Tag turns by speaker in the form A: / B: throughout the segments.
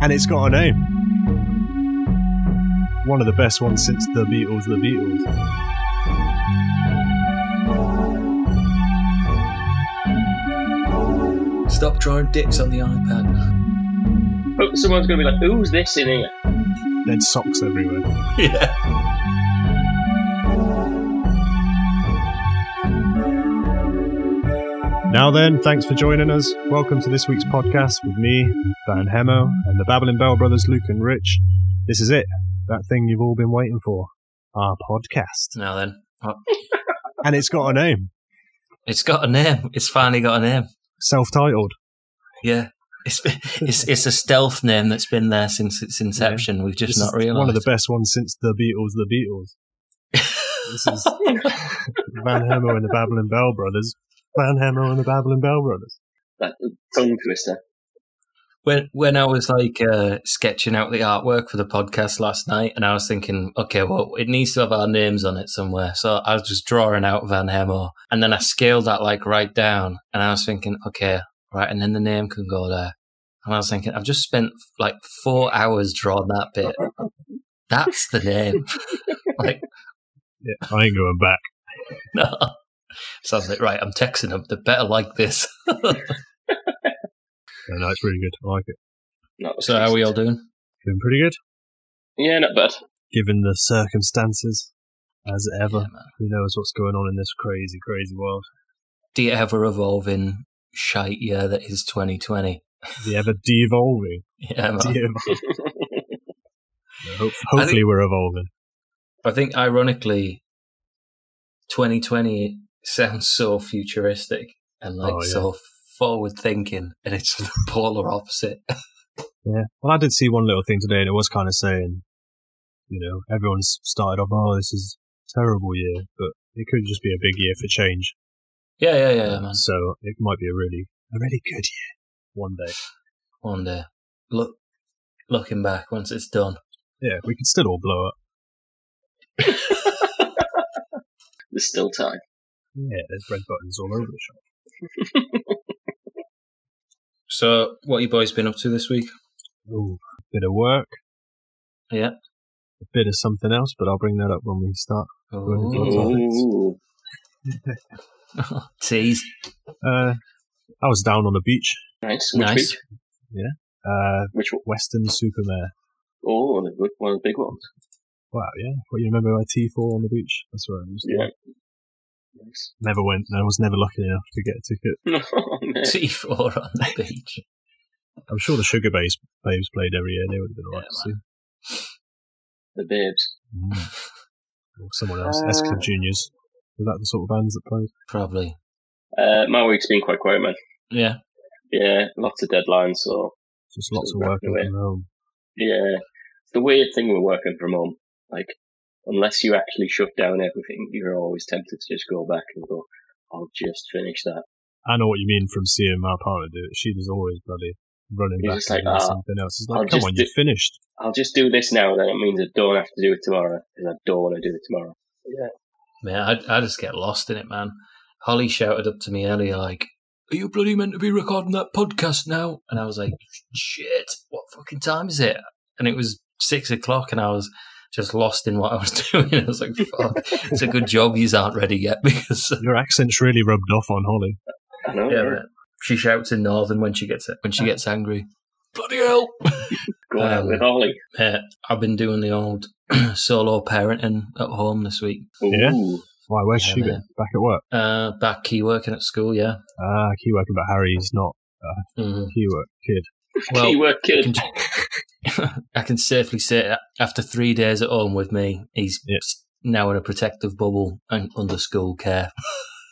A: and it's got a name. One of the best ones since the Beatles, the Beatles.
B: Stop drawing dicks on the iPad.
C: Oh, someone's going to be like, who's this in here?
A: Dead socks everywhere.
B: Yeah.
A: Now then, thanks for joining us. Welcome to this week's podcast with me, Van Hemo, and the Babbling Bell brothers, Luke and Rich. This is it, that thing you've all been waiting for, our podcast.
B: Now then,
A: And it's got a name,
B: it's got a name. It's finally got a name.
A: self titled.
B: Yeah. It's, it's it's a stealth name that's been there since its inception. We've just not realised.
A: One of the best ones since the Beatles, the Beatles. This is Van Hemo and the Babbling Bell brothers. Van Hemo and the Babbling Bell brothers.
C: That tongue twister.
B: when when I was like uh, sketching out the artwork for the podcast last night, and I was thinking, okay, well, it needs to have our names on it somewhere. So I was just drawing out Van Hemo, and then I scaled that like right down, and I was thinking, okay, right, and then the name can go there. And I was thinking, I've just spent like four hours drawing that bit. That's the name. like
A: Yeah, I ain't going back.
B: no. So I was like, right, I'm texting them. They better like this.
A: No, no, it's really good. I like it.
C: Not
B: So how are we all doing?
A: Doing pretty good,
C: Yeah, not bad.
A: given the circumstances, as ever.
B: Yeah, man.
A: Who knows what's going on in this crazy, crazy world?
B: the ever evolving shite year that is 2020.
A: The ever devolving.
B: Yeah, man.
A: De-evolving. hopefully, we're evolving.
B: I think ironically, 2020 sounds so futuristic and like
A: Oh, yeah.
B: so forward thinking, and it's the polar opposite.
A: Yeah. Well, I did see one little thing today, and it was kind of saying, you know, everyone's started off, oh, this is a terrible year, but it could just be a big year for change.
B: Yeah, yeah, yeah, yeah, man.
A: So it might be a really, a really good year one day.
B: One day, look, looking back once it's done.
A: Yeah, we could still all blow up.
C: There's still time.
A: Yeah, there's red buttons all over the shop.
B: So, what you boys been up to this week?
A: Ooh, bit of work,
B: Yeah.
A: a bit of something else, but I'll bring that up when we start.
C: Ooh.
B: Tease.
A: Uh, I was down on the beach,
C: Nice. Which
B: Nice.
C: week?
A: uh,
C: Which one?
A: Western Supermare.
C: Oh, one of the good, one of the big ones.
A: Wow, yeah. What you remember my T4 on the beach? That's where I used to
C: Yeah.
A: work. Never went, and I was never lucky enough to get a ticket.
C: Nice. Oh, no.
B: T4 on the beach.
A: I'm sure the Sugar Babes, babes played every year. They would have been alright
B: Yeah,
A: to see.
C: The babes.
A: Mm. Or someone else,
C: Uh,
A: S Club Juniors. Was that the sort of bands that played?
B: Probably.
C: Uh, my week's been quite quiet, man.
B: Yeah.
C: Yeah, lots of deadlines, so
A: Just lots of
C: Sort of
A: working
C: rough,
A: from home.
C: yeah. It's the weird thing with working from home. Like, unless you actually shut down everything, you're always tempted to just go back and go, I'll just finish that.
A: I know what you mean from seeing my partner do it. She was always bloody running
C: You're
A: back
C: just
A: and
C: like,
A: doing
C: "Ah,
A: something else. It's like,
C: I'll
A: come
C: just
A: on, you're
C: do-
A: finished.
C: I'll just do this now, then it means I don't have to do it tomorrow, because I don't want to do it tomorrow.
B: Man, I, I just get lost in it, man. Holly shouted up to me earlier, like, Are you bloody meant to be recording that podcast now? And I was like, Shit, what fucking time is it? And it was six o'clock, and I was just lost in what I was doing. I was like, Fuck, it's a good job you aren't ready yet because.
A: Your accent's really rubbed off on Holly.
C: I know.
B: Yeah, man. She shouts in Northern when she gets when she gets angry. Bloody hell!
C: Go out
B: Um,
C: with Ollie.
B: Uh, I've been doing the old solo parenting at home this week.
C: Ooh.
A: yeah. Why, where's
B: Yeah,
A: she been?
B: man.
A: Back at work.
B: Uh, back key working at school, yeah.
A: Ah, key working, but Harry's not
B: Mm.
A: key work kid.
B: Well,
C: you were kid.
B: I can safely say a- after three days at home with me, he's
A: Yeah.
B: s- now in a protective bubble and under school care.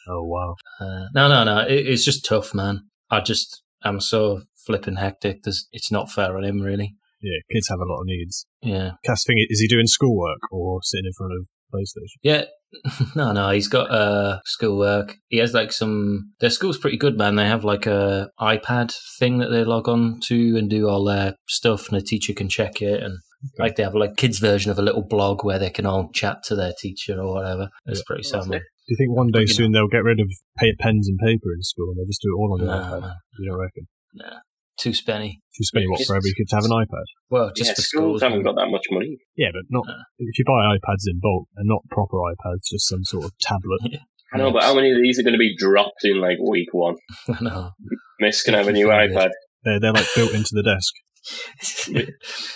A: Oh, wow.
B: Uh, no, no, no. It, it's just tough, man. I just, I'm so flipping hectic. There's, it's not fair on him, really.
A: Yeah, kids have a lot of needs.
B: Yeah.
A: Cast thing is he doing schoolwork or sitting in front of PlayStation?
B: Yeah. No, no, he's got uh schoolwork. He has like some their school's pretty good, man. They have like a iPad thing that they log on to and do all their stuff and the teacher can check it and like they have like kids version of a little blog where they can all chat to their teacher or whatever. It's pretty
C: That's
B: sound. man.
A: Do you think one day
B: Fucking
A: soon they'll get rid of pa pens and paper in school and they'll just do it all on their
B: Nah,
A: iPad?
B: man.
A: You don't reckon?
B: Nah. two spenny.
A: Just spending what for every kid to have an iPad.
B: Well, just
C: yeah,
B: for
C: schools
B: schools.
C: haven't got that much money.
A: Yeah, but not if you buy iPads in bulk and not proper iPads, just some sort of tablet.
C: I know, but how many of these are going to be dropped in like week one?
B: I know.
C: Miss can have a new
B: Definitely.
C: iPad.
A: They're they're like built into the desk.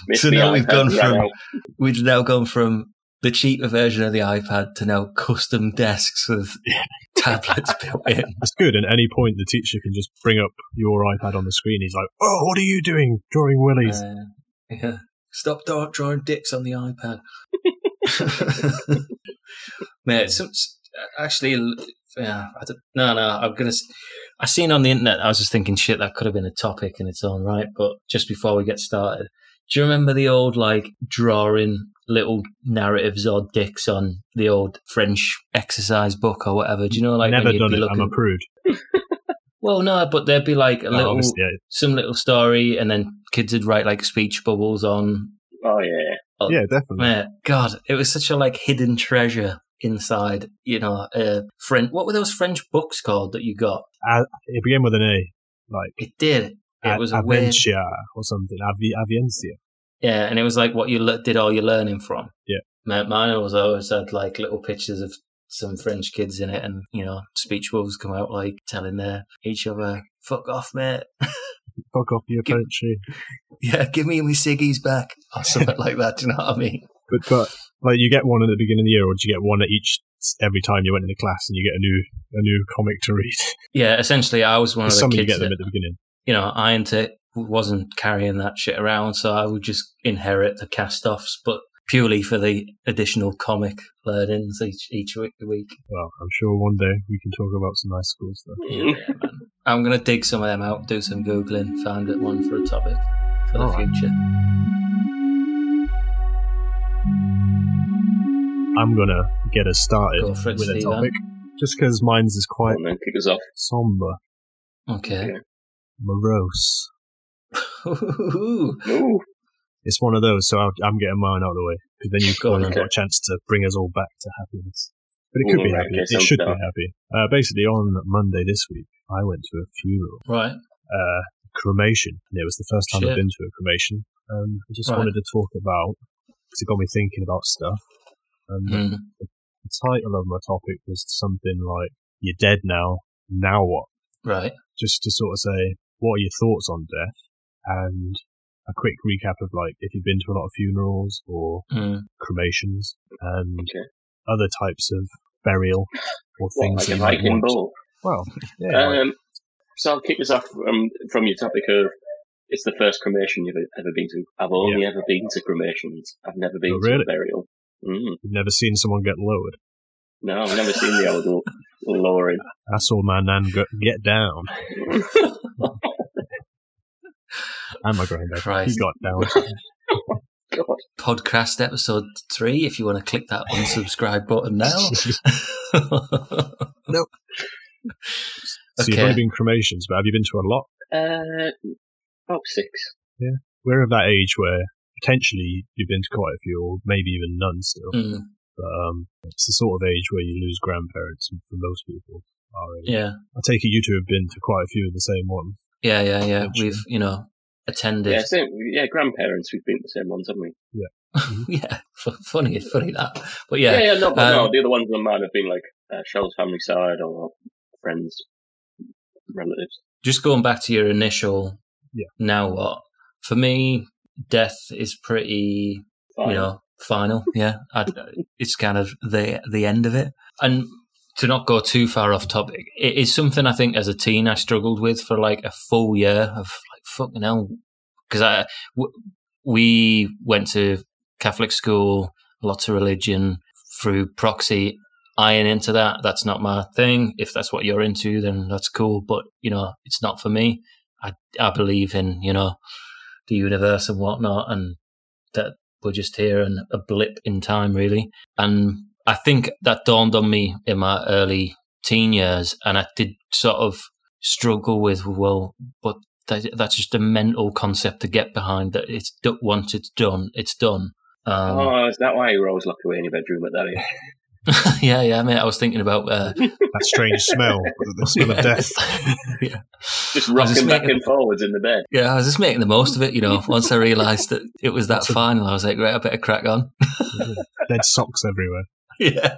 C: Miss
B: So
C: the
B: now we've
C: iPad
B: gone
C: ran
B: from-
C: out.
B: We've now gone from the cheaper version of the iPad to now custom desks with tablets built in.
A: It's good. At any point, the teacher can just bring up your iPad on the screen. He's like, "Oh, what are you doing? Drawing willies?"
B: Uh, yeah. Stop dar- drawing dicks on the iPad. Mate, some, s- actually, l- yeah, I don't, no, no, I'm gonna. s- I seen on the internet. I was just thinking, shit, that could have been a topic in its own right. But just before we get started, do you remember the old like drawing little narratives or dicks on the old French exercise book or whatever? Do you know, like when
A: Never
B: you'd
A: done
B: be
A: it.
B: looking?
A: I'm a prude.
B: well, no, but there'd be like a
A: Oh,
B: little,
A: obviously, yeah.
B: some little story, and then kids would write like speech bubbles on
C: Oh yeah,
B: Oh,
A: yeah, definitely.
B: Mate, God, it was such a like hidden treasure inside, you know, uh, French. What were those French books called that you got?
A: It began with an A, like
B: It did. It
A: A-
B: was a weird,
A: Avencia or something. Avi- Avencia.
B: yeah, and it was like what you le- did all your learning from.
A: Yeah.
B: Mate, mine was always had like little pictures of some French kids in it, and you know, speech bubbles come out like telling their each other, "Fuck off, mate."
A: Fuck off your
B: Give-
A: country.
B: yeah, give me my ciggies back, or something like that. Do you know what I mean?
A: But but like you get one at the beginning of the year, or do you get one at each every time you went into class, and you get a new a new comic to read?
B: Yeah, essentially, I was one of the
A: Some
B: kids
A: you get
B: that-
A: them at the beginning.
B: you know, Iron Tip wasn't carrying that shit around, so I would just inherit the cast offs, but purely for the additional comic learnings each each week. week.
A: Well, I'm sure one day we can talk about some nice school stuff.
B: Yeah,
C: Mm.
B: man. I'm gonna dig some of them out, do some googling, find it one for a topic for the
A: All right.
B: future.
A: I'm gonna get us started
B: Go for it,
A: with a
B: Steve,
A: topic, just because mine's is quite
C: and then kick us off.
A: somber,
B: Okay.
A: morose.
C: Ooh,
A: It's one of those, so I'll, I'm getting mine out of the way because then you've
B: Go on,
A: got,
C: okay.
A: got a chance to bring us all back to happiness. But it could
C: Ooh,
A: be
C: right,
A: happy.
C: okay,
A: it
C: sounds
A: should be
C: dark.
A: happy. Uh, basically, on Monday this week, I went to a funeral.
B: right.
A: uh, cremation. And it was the first time I've
B: Shit.
A: been to a cremation. Um, I just
B: Right.
A: wanted to talk about because it got me thinking about stuff. And
B: Hmm.
A: the title of my topic was something like "You're dead now. Now what?"
B: Right.
A: Just to sort of say, what are your thoughts on death? And a quick recap of like if you've been to a lot of funerals or
B: Hmm.
A: cremations and
C: Okay.
A: other types of burial or
C: what,
A: things
C: like
A: that
C: a
A: you might
C: Viking
A: want.
C: bull.
A: Well, yeah, like,
C: Um, so I'll kick us off um, from your topic of it's the first cremation you've e-, ever been to. I've only ever been to cremations. I've never been
A: Oh,
C: to
A: really?
C: a burial. Mm.
A: you've never seen someone get lowered.
C: No, I've never seen the old l- lorry.
A: I saw my nan go, get down. and my granddad. He
B: Christ.
A: got down.
C: God,
B: Podcast episode three, if you want to click that unsubscribe button now.
A: So you've
B: Okay.
A: only been cremations, but have you been to a lot?
C: uh, about six.
A: We're of that age where potentially you've been to quite a few, or maybe even none still.
B: Hmm.
A: But um, it's the sort of age where you lose grandparents for most people. Our age.
B: Yeah.
A: I take it you two have been to quite a few of the same ones.
B: Yeah, yeah, yeah.
A: Gotcha.
B: We've, you know, attended.
C: Yeah, same, yeah, grandparents. We've been to the same ones, haven't we?
B: yeah, f- funny, funny that. But yeah,
C: yeah, no, but no.
B: Um,
C: The other ones on mine have been like uh, Shell's family side or friends, relatives.
B: just going back to your initial.
A: Yeah.
B: Now what? For me, death is pretty,
C: Fine.
B: you know, final. Yeah, I, it's kind of the the end of it. And to not go too far off topic, it is something I think as a teen I struggled with for like a full year of like fucking hell, because I w- we went to Catholic school, lots of religion through proxy. Iron into that. That's not my thing. If that's what you're into, then that's cool. But you know, it's not for me. I I believe in you know the universe and whatnot, and that we're just here and a blip in time, really. And I think that dawned on me in my early teen years, and I did sort of struggle with well, but that, that's just a mental concept to get behind. That it's do- once it's done, it's done. Um,
C: oh, is that why you were always locked away in your bedroom at that age?
B: yeah, yeah, mate. I was thinking about uh,
A: That strange smell, the smell of death.
B: yeah.
C: Just
B: was just
C: rocking back
B: making-
C: and forwards in the bed.
B: yeah, I was just making the most of it, you know. Once I realised that it was that final, I was like, right, I better crack on.
A: Dead socks everywhere.
B: yeah.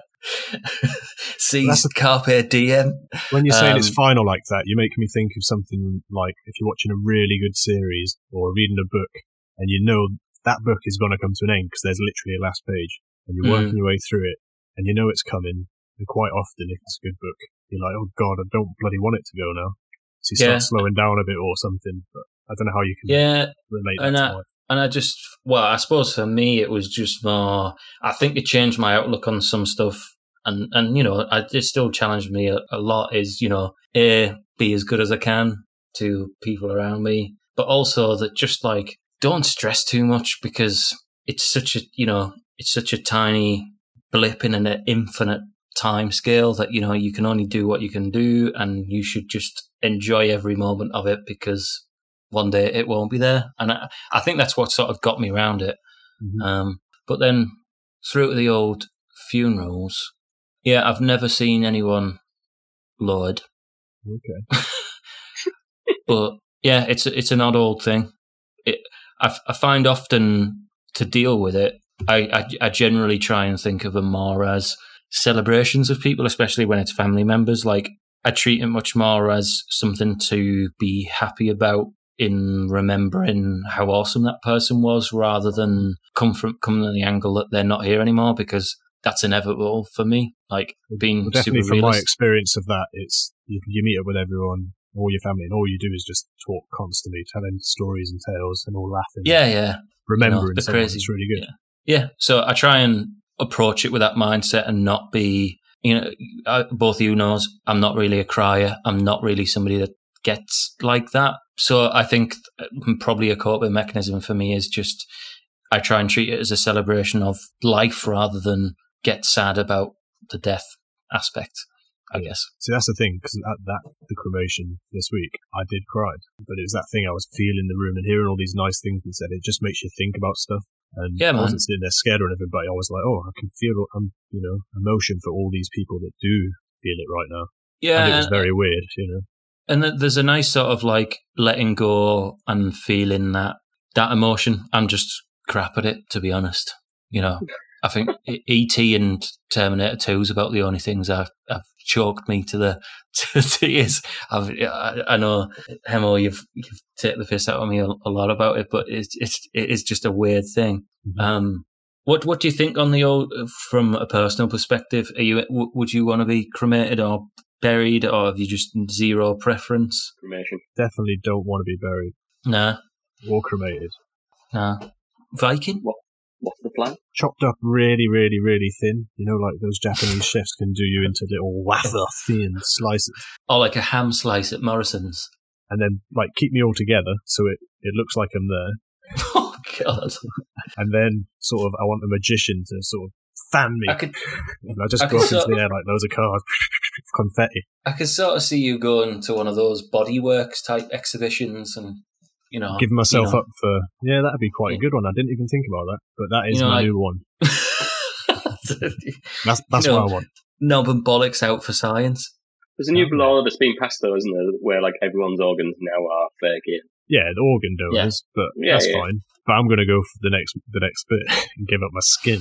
B: Seized
A: That's
B: Carpe Diem.
A: When you're saying it's
B: Um,
A: final like that, you make me think of something like if you're watching a really good series or reading a book and you know that book is going to come to an end because there's literally a last page and you're
B: Hmm.
A: working your way through it and you know it's coming. And quite often, if it's a good book, you're like, oh God, I don't bloody want it to go now. So you
B: Yeah.
A: start slowing down a bit or something. But I don't know how you can
B: Yeah,
A: relate
B: I
A: that
B: know.
A: to life.
B: and I just well, I suppose for me it was just more. I think it changed my outlook on some stuff, and and you know, I, it still challenged me a, a lot. Is you know, a be as good as I can to people around me, but also that just like don't stress too much because it's such a you know it's such a tiny blip in an infinite time scale that you know you can only do what you can do and you should just enjoy every moment of it because one day it won't be there and I, I think that's what sort of got me around it.
A: Mhm.
B: Um, but then through to the old funerals, yeah, I've never seen anyone lowered,
A: Okay.
B: but yeah, it's it's an odd old thing. It, I, f- I find often to deal with it, I, I I generally try and think of them more as celebrations of people, especially when it's family members. Like I treat it much more as something to be happy about in remembering how awesome that person was rather than come from coming on the angle that they're not here anymore because that's inevitable for me. Like being
A: Well, definitely
B: super
A: from my
B: realist.
A: experience of that, it's you, you meet up with everyone, all your family, and all you do is just talk constantly, telling stories and tales, and all laughing.
B: yeah, yeah.
A: remembering
B: you know, the
A: someone.
B: crazy-
A: It's really good.
B: Yeah. So I try and approach it with that mindset and not be, you know, I, both you knows I'm not really a crier. I'm not really somebody that gets like that. So I think th- probably a coping mechanism for me is just I try and treat it as a celebration of life rather than get sad about the death aspect. I
A: Yeah.
B: guess.
A: See, that's the thing because at that the cremation this week, I did cry, but it was that thing I was feeling the room and hearing all these nice things being said. It just makes you think about stuff. And
B: Yeah,
A: I
B: man.
A: wasn't sitting there scared or anything, but I was like, oh, I can feel, um, you know, emotion for all these people that do feel it right now.
B: Yeah,
A: and it was very weird, you know.
B: and th- there's a nice sort of like letting go and feeling that that emotion. I'm just crap at it, to be honest. You know, I think E- E.T. and Terminator 2 is about the only things I've, I've choked me to the to tears. I've, I, I know, Hemo, you've you've taken the piss out of me a, a lot about it, but it's it's it is just a weird thing.
A: Mhm.
B: Um, what what do you think on the old from a personal perspective? Are you w- would you want to be cremated or buried, or have you just zero preference?
C: Cremation.
A: Definitely don't want to be buried
B: No,
A: or cremated.
B: no. Viking?
C: What's the plan?
A: Chopped up really, really, really thin. You know, like those Japanese chefs can do you into little wafer thin slices.
B: Or like a ham slice at Morrison's?
A: And then, like, keep me all together so it, it looks like I'm there.
B: Oh, God.
A: and then sort of I want a magician to sort of fan me.
B: I could,
A: and I just
B: I
A: go
B: could
A: up into
B: sort
A: the air like loads of cards, confetti.
B: I could sort of see you going to one of those bodyworks type exhibitions and, you know.
A: Giving myself
B: you know.
A: up for yeah, that'd be quite a good one. I didn't even think about that, but that is
B: You know,
A: my
B: like-
A: new one. That's that's
B: You know-
A: what I want.
B: Knob and bollocks out for science.
C: There's a new
B: Hmm.
A: Okay.
C: law that's been passed though, isn't there? Where like everyone's organs now are fair game.
A: Yeah, the organ donors, but
C: Yeah,
A: that's
C: yeah.
A: fine. But I'm gonna go for the next the next bit and give up my skin.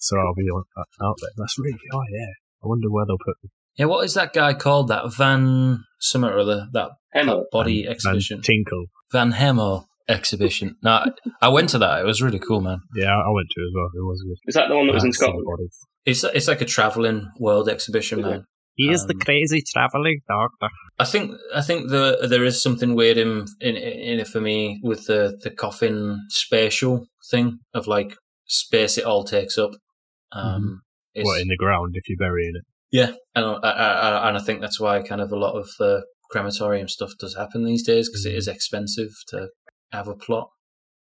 A: so I'll be on, uh, out there. That's really oh yeah. I wonder where they'll put
B: Yeah, what is that guy called? That Van something or other? That,
C: Hemo.
B: that body
A: Oh, Van- Van
B: exhibition?
A: Tinkle.
B: Van Hemo exhibition. no, I- I went to that. It was really cool, man.
A: Yeah, I I went to as well. It was good.
C: Is that the one that was in
A: That's the
C: Scotland?
A: body.
B: It's it's like a traveling world exhibition,
C: Yeah.
B: man.
A: He is the
B: Um,
A: crazy travelling doctor.
B: I think I think the there is something weird in in, in it for me with the the coffin spatial thing of like space it all takes up. Um, it's-
A: Well, in the ground if you're burying it.
B: and I, I, I- and I think that's why kind of a lot of the crematorium stuff does happen these days because it is expensive to have a plot.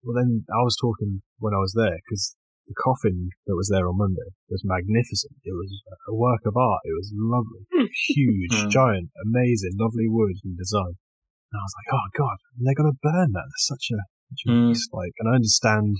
A: Well, then I was talking when I was there because the coffin that was there on Monday was magnificent. It was a work of art. It was lovely, huge,
C: Hmm.
B: Mm.
A: giant, amazing, lovely wood and design. And I was like, oh god, they're gonna burn that. That's such a, such a
C: Hmm.
B: Mm.
A: waste. Like, and I understand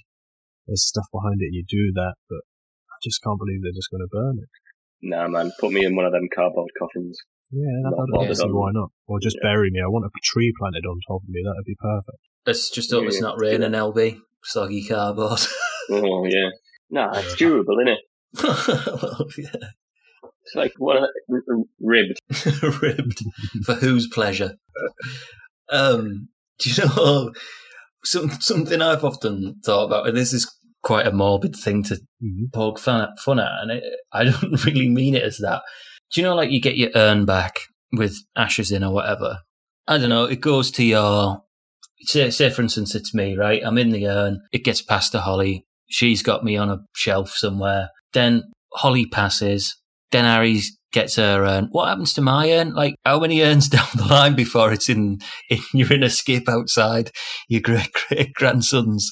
A: there's stuff behind it. You do that, but I just can't believe they're just going to burn it.
C: Nah, man, put me in one of them cardboard coffins.
A: Yeah, that,
C: Not
A: I don't
C: bothered
A: see
C: on-
A: why not. Or just
C: Yeah.
A: bury me. I want a tree planted on top of me. That'd be perfect.
B: Let's just hope it's
C: Yeah,
B: not
C: let's do
B: raining, LB. Soggy cardboard.
C: Oh yeah, nah, it's durable, isn't it?
B: Well, yeah.
C: It's like one of the, r- r- ribbed.
B: Ribbed. For whose pleasure? Um, do you know some, something I've often thought about, and this is quite a morbid thing to
A: hmm
B: poke fun at, fun at and it, I don't really mean it as that. Do you know, like you get your urn back with ashes in or whatever? I don't know. It goes to your say, say for instance, it's me, right? I'm in the urn. It gets passed to Holly. She's got me on a shelf somewhere. Then Holly passes. Then Aries gets her urn. What happens to my urn? Like how many urns down the line before it's in, in you're in a skip outside your great great grandson's?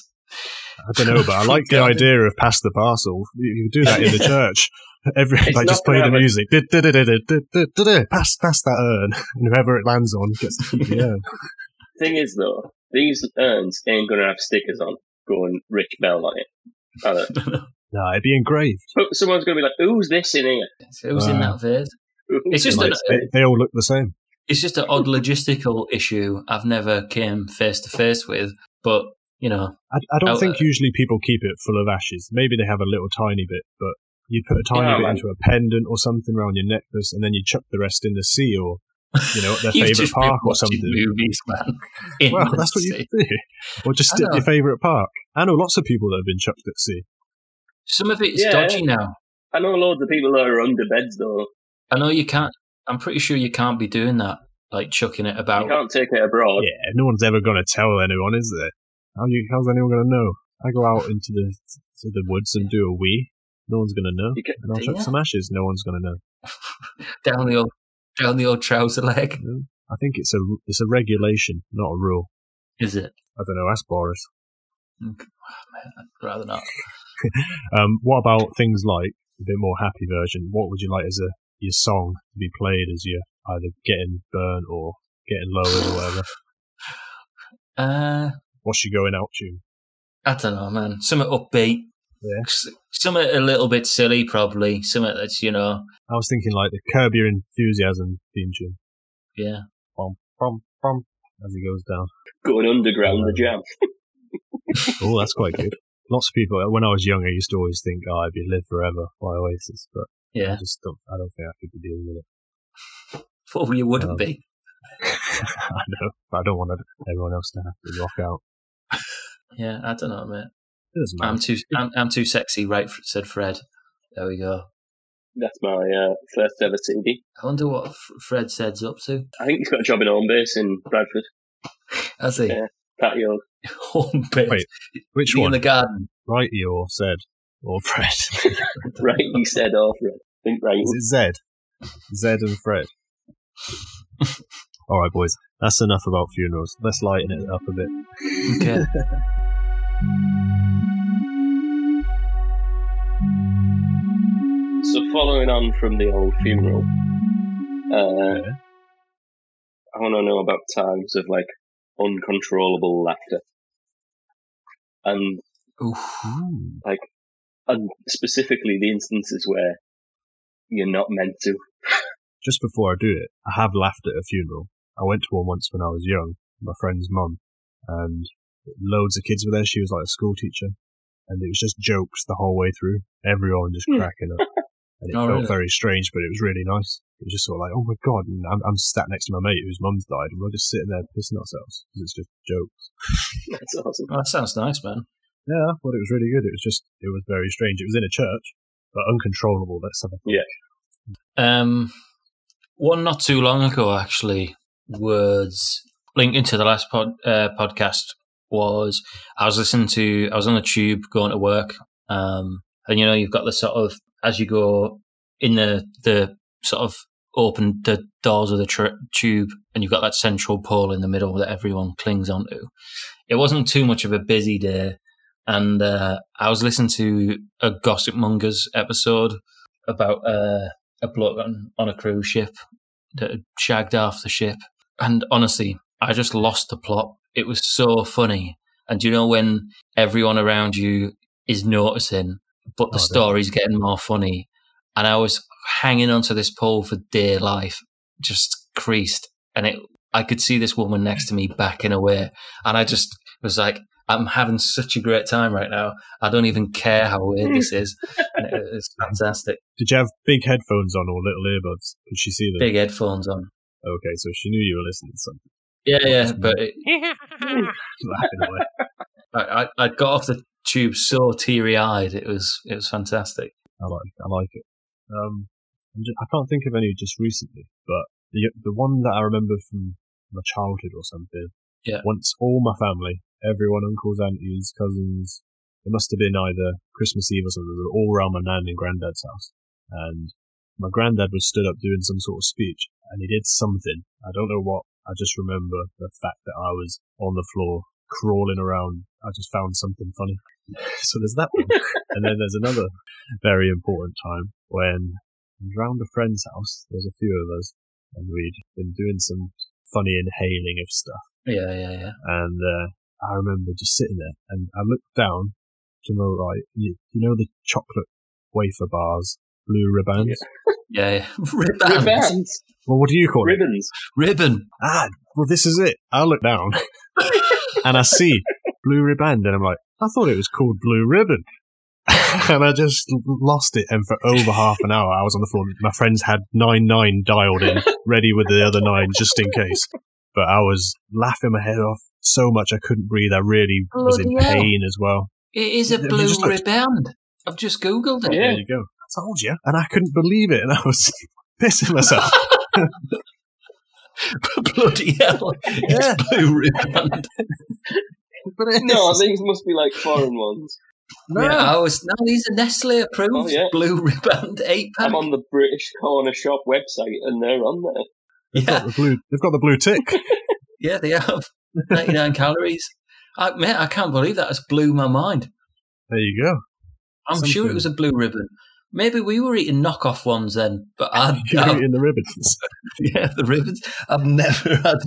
A: I don't know, but I like the idea of pass the parcel. You, you could do that in the church. Every
C: It's
A: like just
C: not
A: play the
C: gonna
A: music. Du-du-du-du-du-du-du-du. Pass pass that urn, and whoever it lands on gets to keep the urn.
C: Thing is though, these urns ain't gonna have stickers on going Rich Bell on it. Are they?
A: Nah, it'd be engraved.
C: So- Someone's gonna be like, "Who's this in here?"
B: So it was in
A: Wow.
B: that phase.
C: Who's
B: It's just
C: in
B: an,
C: this?"
A: They, they all look the same.
B: it's just an odd logistical issue I've never came face to face with, but you know,
A: I, I don't
B: Oh,
A: think usually people keep it full of ashes. Maybe they have a little tiny bit, but you put a tiny
C: Yeah,
A: bit
C: man.
A: into a pendant or something around your necklace, and then you chuck the rest in the sea or you know at their
B: you've
A: favorite
B: just been
A: park or
B: watching
A: something.
B: Movies, man. In
A: Well,
B: the
A: that's what you
B: city.
A: do. Or just
B: I
A: stick
B: know.
A: your favourite park. I know lots of people that have been chucked at sea.
B: Some of it's
C: Yeah.
B: dodgy now.
C: I know loads of people that are under beds though.
B: I know you can't. I'm pretty sure you can't be doing that, like chucking it
C: You
B: about.
C: can't take it abroad.
A: Yeah, no one's ever going to tell anyone, is there? How you, how's anyone going to know? I go out into the to the woods and do a wee. No one's going to know.
C: You can-
A: And I'll chuck
B: Yeah.
A: some ashes. No one's going to know.
B: down the old, down the old trouser leg.
A: No. Mm. I think it's a it's a regulation, not a rule.
B: Is it?
A: I don't know. Ask Boris.
B: I'd rather not.
A: Um, what about things like a bit more happy version? What would you like as a your song to be played as you're either getting burnt or getting lowered or whatever?
B: Uh,
A: What's your going out tune?
B: I don't know, man. Some upbeat.
A: Yeah.
B: S- Some a little bit silly, probably. Some that's you know,
A: I was thinking like the Curb Your Enthusiasm theme tune.
B: yeah.
A: Bum, bum, bum, as he goes down.
C: Going underground the jam.
A: Oh, that's quite good. Lots of people, when I was young, I used to always think, oh, I'd be Live Forever by Oasis, but I
B: Yeah,
A: just don't, I don't think I could be dealing with it.
B: well, you wouldn't
A: Um,
B: be.
A: I know, but I don't want everyone else to have to rock out.
B: Yeah, I don't know, mate.
A: It doesn't matter.
B: I'm too, I'm, I'm too sexy, right? f- Said Fred. There we go.
C: That's my uh, first ever CD.
B: I wonder what F- Fred said's up to.
C: I think he's got a job in home base in Bradford.
B: Has he?
C: Yeah. Patio.
B: Home base.
A: Wait, Which
B: Is he
A: one?
B: in the garden?
A: Right, or said, or Fred?
C: Right, he said off. Right. Think right.
A: Is it Zed? Zed and Fred. All right, boys, that's enough about funerals. Let's lighten it up a bit.
B: Okay.
C: So following on from the old funeral, uh,
A: Yeah.
C: I want to know about times of like uncontrollable laughter, and
B: Oof.
A: Ooh.
C: and specifically the instances where you're not meant to.
A: just before I do it, I have laughed at a funeral. I went to one once when I was young, my friend's mum, and loads of kids were there. She was like a school teacher, and it was just jokes the whole way through. Everyone just
C: Hmm.
A: cracking up, and it
B: Oh,
A: felt
B: really?
A: very strange, but it was really nice. It was just sort of like, oh my god, and I'm, I'm sat next to my mate whose mum's died, and we're just sitting there pissing ourselves 'cause it's just jokes.
C: That's awesome.
B: Oh, that sounds nice, man.
A: Yeah, but it was really good. It was just, it was very strange. It was in a church, but uncontrollable. Let's have a
C: Yeah.
B: Um, one not too long ago, actually, was linked into the last pod, uh, podcast. Was I was listening to I was on the tube going to work, um, and you know you've got the sort of as you go in the the sort of open the doors of the tr- tube, and you've got that central pole in the middle that everyone clings onto. It wasn't too much of a busy day, and uh, I was listening to a Gossip Mongers episode about uh, a bloke on, on a cruise ship that had shagged off the ship. And honestly, I just lost the plot. It was so funny. And you know when everyone around you is noticing, but
A: Oh, I
B: the
A: don't-
B: story's getting more funny. And I was hanging onto this pole for dear life, just creased. And it, I could see this woman next to me backing away. And I just was like, I'm having such a great time right now. I don't even care how weird this is. And it was fantastic.
A: Did you have big headphones on or little earbuds? Could she see them?
B: Big headphones on.
A: Okay, so she knew you were listening to something.
B: Yeah, yeah. But it,
A: Laughing away.
B: I, I, I got off the tube so teary eyed. It was, it was fantastic.
A: I like, I like it. Um, I'm ju- I can't think of any just recently, but the the one that I remember from my childhood or something.
B: Yeah.
A: Once all my family, everyone, uncles, aunties, cousins, it must have been either Christmas Eve or something. We were all around my nan and granddad's house, and my granddad was stood up doing some sort of speech, and he did something. I don't know what. I just remember the fact that I was on the floor crawling around. I just found something funny. so there's that one, and then there's another very important time when I was round a friend's house. There's a few of us, and we'd been doing some funny inhaling of stuff.
B: Yeah, yeah, yeah.
A: And uh, I remember just sitting there, and I looked down to my right. You, you know the chocolate wafer bars, blue ribbons.
B: Yeah, yeah. Ribbon.
C: Ribbons.
A: Well, what do you call it?
C: Ribbons.
B: Ribbon.
A: ah, well, this is it. I look down and I see blue ribbon, and I'm like, I thought it was called blue ribbon. and I just l- lost it. And for over half an hour, I was on the floor. My friends had 9 9 dialed in, ready with the other nine just in case. But I was laughing my head off so much I couldn't breathe. I really was in
B: Bloody hell.
A: pain as well.
B: It is a
A: It was
B: blue
A: just like-
B: ribbon. I've just googled it.
C: Yeah.
A: There you go. I told you. And I couldn't believe it. And I was pissing myself.
B: Bloody hell!
A: Yeah.
B: It's blue ribbon.
A: But it
C: No,
A: is.
C: these must be like foreign ones.
A: No.
B: Yeah, I was. No, these are Nestle approved
C: Oh, yeah.
B: blue ribbon eight pack.
C: I'm on the British Corner Shop website and they're on there.
A: Got
B: Yeah,
A: the blue, they've got the blue tick.
B: yeah, they have ninety nine calories. I, mate, I can't believe that has blew my mind.
A: There you go.
B: I'm sure
A: Something.
B: it was a blue ribbon. Maybe we were eating knockoff ones then, but I,
A: You're
B: I
A: eating the ribbons.
B: yeah, the ribbons. I've never had.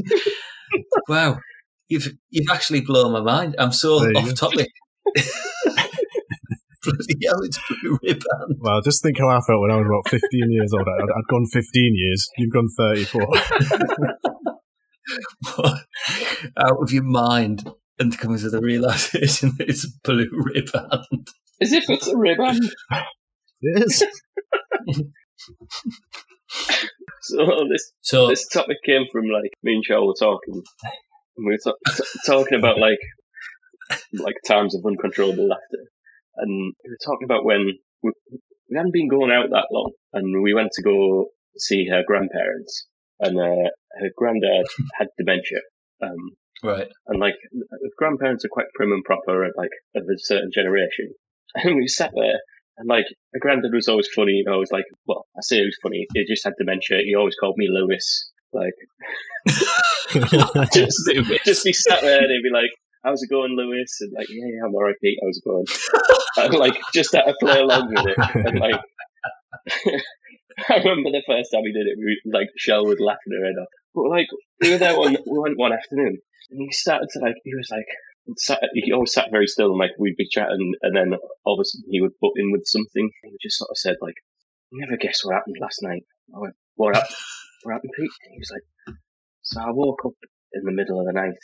B: wow, you've you've actually blown my mind. I'm so
A: There you go.
B: off topic. Bloody hell, it's blue ribbon.
A: Well, just think how I felt when I was about 15 years old. I'd, I'd gone 15 years. You've gone 34.
B: out of your mind and coming to the realization that it's a blue ribbon.
C: As if it's a ribbon.
A: It is.
C: So this
B: So
C: this topic came from like me and Joel were talking, and we were ta- ta- talking about like like times of uncontrollable laughter, and we were talking about when we, we hadn't been going out that long, and we went to go see her grandparents, and uh, her granddad had dementia, um,
B: right,
C: and like the grandparents are quite prim and proper and like of a certain generation. And we sat there and like my granddad was always funny and I was like, well, I say he was funny. He just had dementia. He always called me Lewis. Like just, just be sat there and he'd be like, how's it going, Lewis? And like, yeah, yeah, I'm alright, Pete. How's it going? and like just had to play along with it. And like, I remember the first time we did it, we like Shell was laughing her head off. But like we were there one we went one afternoon and he started to like he was like sat he always sat very still and like we'd be chatting and then all of a sudden he would butt in with something and he just sort of said like you never guess what happened last night. I went, What happened? What happened, Pete? He was like So I woke up in the middle of the night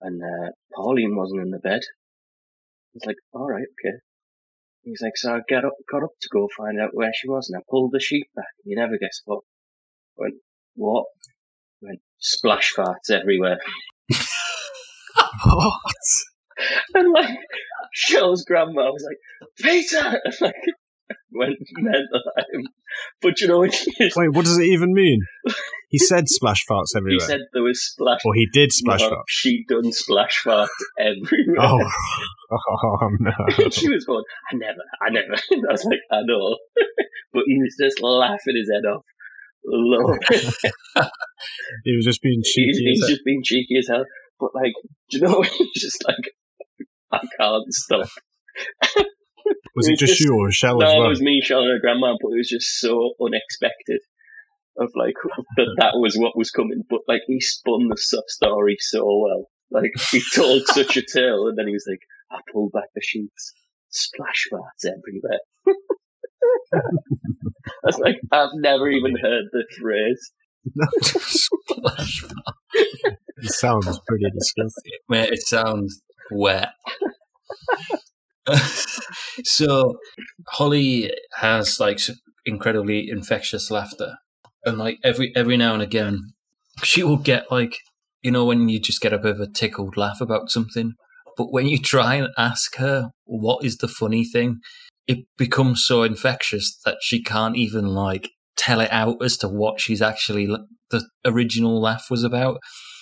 C: and uh, Pauline wasn't in the bed. I was like, Alright, okay. He's like, so I got up, got up to go find out where she was, and I pulled the sheet back. You never guess what. I went, what? I went, splash farts everywhere.
A: What?
C: And like, Shell's grandma was like, Peter! And like, went mental at him. But you know what he did?
A: Wait, what does it even mean? He said splash farts
C: He
A: everywhere.
C: said there was splash.
A: or he did splash
C: No,
A: farts.
C: She done splash farts everywhere.
A: Oh. oh, no.
C: she was going, I never, I never. And I was like, I know. but he was just laughing his head off. Lord.
A: He was just being
C: he's,
A: cheeky.
C: he's
A: as
C: just being cheeky as hell. But like, do you know, he's just like, I can't stop.
A: hell. was it
C: he's
A: just
C: just-
A: you or Shell
C: no,
A: as
C: it
A: well?
C: was me, Sean, and her grandma, but it was just so unexpected. Of like that, that was what was coming. But like, he spun the sub story so well. Like, he told such a tale, and then he was like, I pulled back the sheets. splash marks everywhere. I was like, I've never even heard the phrase.
B: Splash.
A: It sounds pretty disgusting.
B: Mate, it sounds wet. so, Holly has like s- incredibly infectious laughter, and like every every now and again, she will get like you know when you just get a bit of a tickled laugh about something, but when you try and ask her what is the funny thing, it becomes so infectious that she can't even like tell it out as to what she's actually l- the original laugh was about.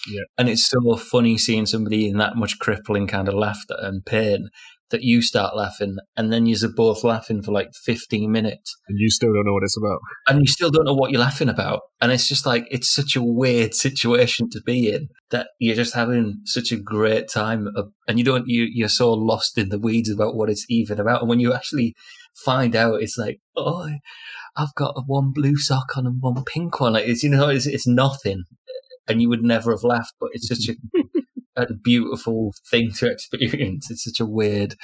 A: Yeah.
B: And it's so funny seeing somebody in that much crippling kind of laughter and pain that you start laughing and then you're both laughing for like 15 minutes
A: And you still don't know what it's about.
B: and you still don't know what you're laughing about. And it's just like, it's such a weird situation to be in that you're just having such a great time of- and you don't, you, you're so lost in the weeds about what it's even about. And when you actually find out, it's like, oh, I've got a one blue sock on and one pink one. Like, it's, you know, it's, it's nothing. And you would never have laughed, but it's such a, a beautiful thing to experience. It's such a weird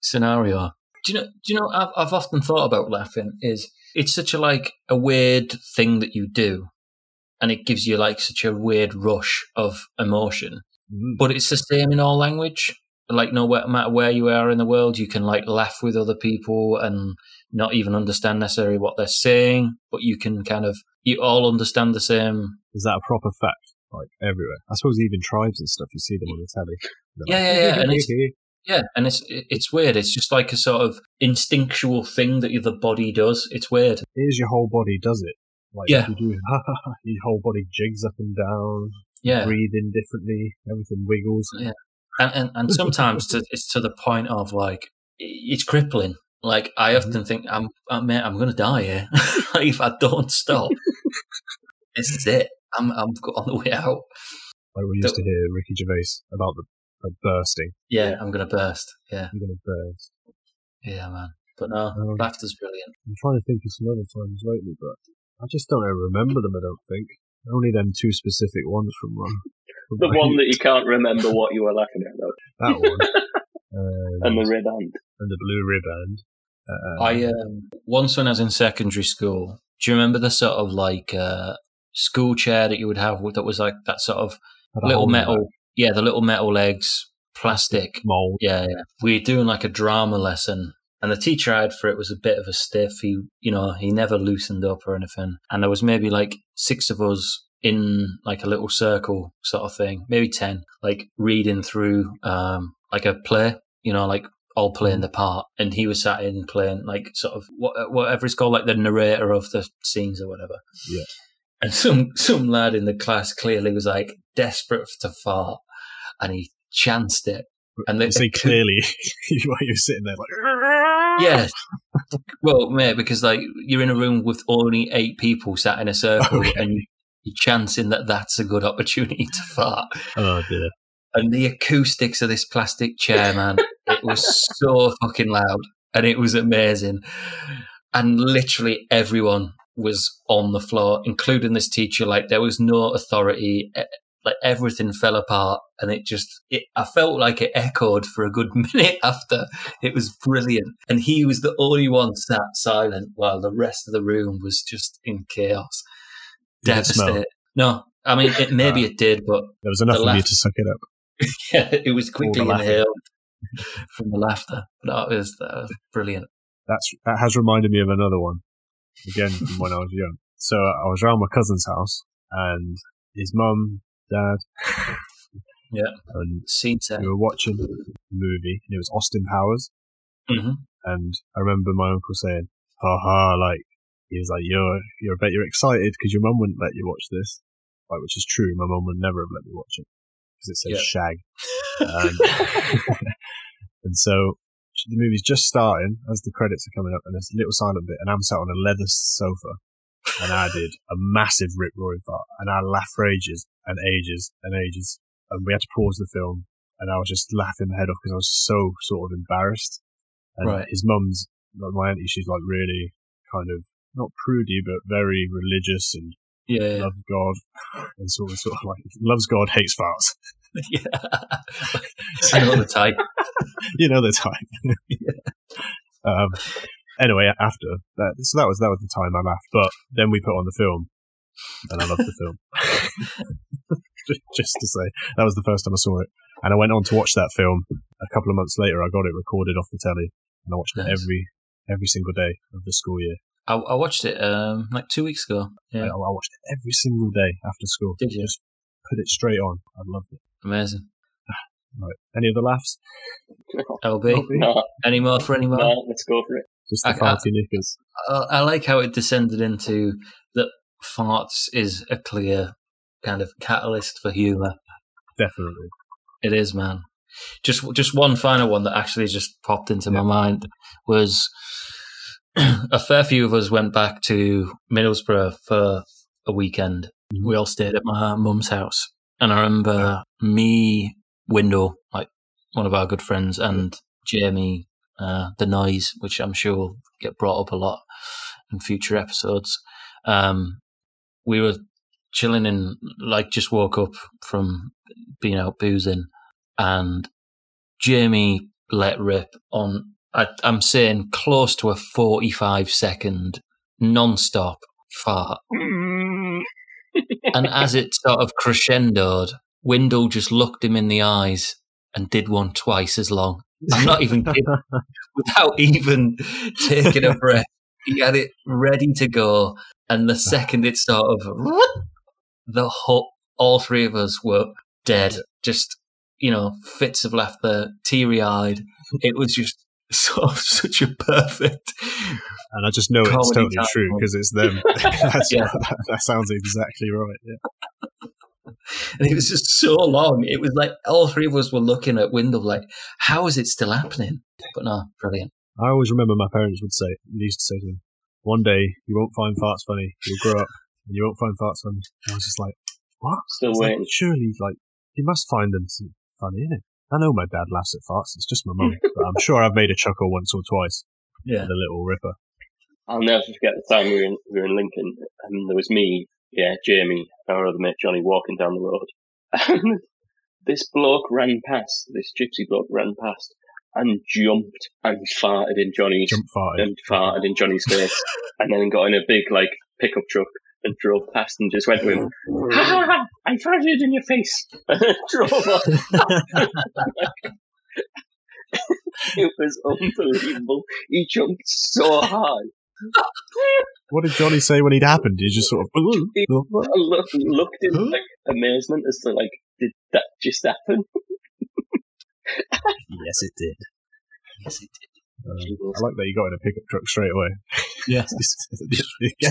B: scenario. Do you know, do you know, I've, I've often thought about laughing is, it's such a like a weird thing that you do and it gives you like such a weird rush of emotion
A: Mm.
B: but it's the same in all language like no where- matter where you are in the world you can like laugh with other people and not even understand necessarily what they're saying but you can kind of you all understand the same
A: Is that a proper fact? Like everywhere. I suppose even tribes and stuff, you see them on the telly. They're
B: Yeah, yeah, yeah, and it's-
A: "Hey, hey, hey."
B: yeah and it's it's weird it's just like a sort of instinctual thing that the body does it's weird
A: Here's your whole body does it. Like
B: Yeah.
A: you do, your whole body jigs up and down,
B: yeah
A: breathing differently, everything wiggles.
B: and and, and sometimes to, it's to the point of like it's crippling. Like I often think I'm, I'm mate, I'm gonna die here Like, if I don't stop. this is it. I'm I'm go- on the way out.
A: Like we used to hear Ricky Gervais about the, the bursting.
B: Yeah, I'm gonna burst. Yeah,
A: I'm gonna burst.
B: yeah, man. But no,
A: Um,
B: laughter's brilliant.
A: I'm trying to think of some other times lately, but I just don't remember them. I don't think only them two specific ones from one.
C: The one that you can't remember what you were laughing at, though.
A: that one, um,
C: And the red hand.
A: and the blue ribbon. Uh,
B: I um, once when I was in secondary school, do you remember the sort of like uh, school chair that you would have with- that was like that sort of
A: had a
B: little
A: hole in
B: metal? Yeah, the little metal legs, plastic
A: that mold.
B: Yeah, yeah. We were doing like a drama lesson, and the teacher I had for it was a bit of a stiff. He, you know, he never loosened up or anything. And there was maybe like six of us in like a little circle sort of thing, maybe 10, like reading through um, like a play, you know, like all playing the part. And he was sat in playing like sort of what, whatever it's called, like the narrator of the scenes or whatever.
A: Yeah.
B: And some, some lad in the class clearly was like desperate to fart and he chanced it. And
A: You say clearly while you're sitting there like
B: yeah. Well, mate, because like you're in a room with only eight people sat in a circle,
A: Okay.
B: and you're chancing that that's a good opportunity to fart.
A: oh dear.
B: And the acoustics of this plastic chair, man, it was so fucking loud, and it was amazing. And literally everyone was on the floor, including this teacher. Like there was no authority. e- Like everything fell apart, and it just, it, I felt like it echoed for a good minute after. It was brilliant. And he was the only one sat silent while the rest of the room was just in chaos.
A: Did it smell?
B: Devastated. No, I mean, it, maybe it did, but
A: There was enough
B: The
A: of you
B: laugh-
A: to suck it up.
B: yeah, it was
A: All the
B: quickly
A: laughter.
B: inhaled from the laughter. No, it was, that was brilliant.
A: That's that has reminded me of another one. Again from when I was young. So I was around my cousin's house and his mum, dad
B: Yeah.
A: And
B: Scene set.
A: we were watching a movie and it was Austin Powers
B: hmm
A: and I remember my uncle saying, "Ha ha!" Like he was like, "You're you're I bet you're excited because your mum wouldn't let you watch this," like which is true. My mum would never have let me watch it because it says
B: Yeah.
A: shag. Um, and so the movie's just starting as the credits are coming up, and there's a little silent bit, and I'm sat on a leather sofa. And I did a massive Rip Roaring fart, and I laughed for ages and ages and ages. And we had to pause the film, and I was just laughing my head off because I was so sort of embarrassed. And
B: Right.
A: his mum's, like my auntie, she's like really kind of not prudy, but very religious and
B: Yeah, yeah.
A: loves God and sort of, sort of like loves God, hates farts.
B: yeah. I know the type.
A: You know the type. Um, anyway, after that, so that was that was the time I laughed. But then we put on the film, and I loved the film. just, just to say, that was the first time I saw it, and I went on to watch that film a couple of months later. I got it recorded off the telly, and I watched it
B: Nice.
A: every every single day of the school year.
B: I, I watched it um, like two weeks ago. Yeah,
A: I, I watched it every single day after school.
B: Did you?
A: Just put it straight on. I loved it.
B: amazing.
A: Right. Any other laughs?
B: LB,
C: No,
B: any more for any more?
C: no, let's go for it.
A: Just the
B: I- I-
A: party knickers.
B: I, I like how it descended into that farts is a clear kind of catalyst for humour.
A: Definitely.
B: It is, man. Just just one final one that actually just popped into
A: Yeah.
B: my mind was a fair few of us went back to Middlesbrough for a weekend. We all stayed at my mum's house, and I remember me, Window, like one of our good friends, and Jamie, uh, the noise, which I'm sure will get brought up a lot in future episodes. Um, we were chilling and like just woke up from being out boozing, and Jamie let rip on. I, I'm saying close to a 45 second non-stop fart, and as it sort of crescendoed, Windle just looked him in the eyes and did one twice as long. I'm not even kidding without even taking a breath. He had it ready to go, and the second it sort of, the whole, all three of us were dead. Just you know, fits of laughter, teary eyed.
A: Mm-hmm.
B: It was just sort of such a perfect.
A: And I just know it's
B: Comedy
A: totally
B: time.
A: true because it's them. That's
B: Yeah.
A: that, that sounds exactly right. Yeah.
B: And it was just so long. It was like all three of us were looking at window, like, how is it still happening? But no, brilliant.
A: I always remember my parents would say, they used to say to me, one day you won't find farts funny. You'll grow up and you won't find farts funny. And I was just like,
C: Still
A: it's like,
C: waiting.
A: surely, like, you must find them s- funny, innit? I know my dad laughs at farts. It's just my mum. but I'm sure I've made a chuckle once or twice
B: Yeah.
A: with a little ripper.
C: I'll never forget the time we were in, we were in Lincoln, and there was me, yeah, Jamie, and our other mate Johnny walking down the road. And this bloke ran past, this gypsy bloke ran past, and jumped and farted in Johnny's
A: Jump farted.
C: and farted in Johnny's face, and then got in a big like pickup truck and drove past and just went to him. Ha ha ha! I farted in your face. drove off. it was unbelievable. He jumped so hard.
A: What did Johnny say when it happened? He just sort of.
C: I look, looked in like amazement as to like, did that just happen?
A: yes, it did.
B: Yes, it
A: Um,
B: Oh.
A: I like that you got in a pickup truck straight away.
B: did. Yeah.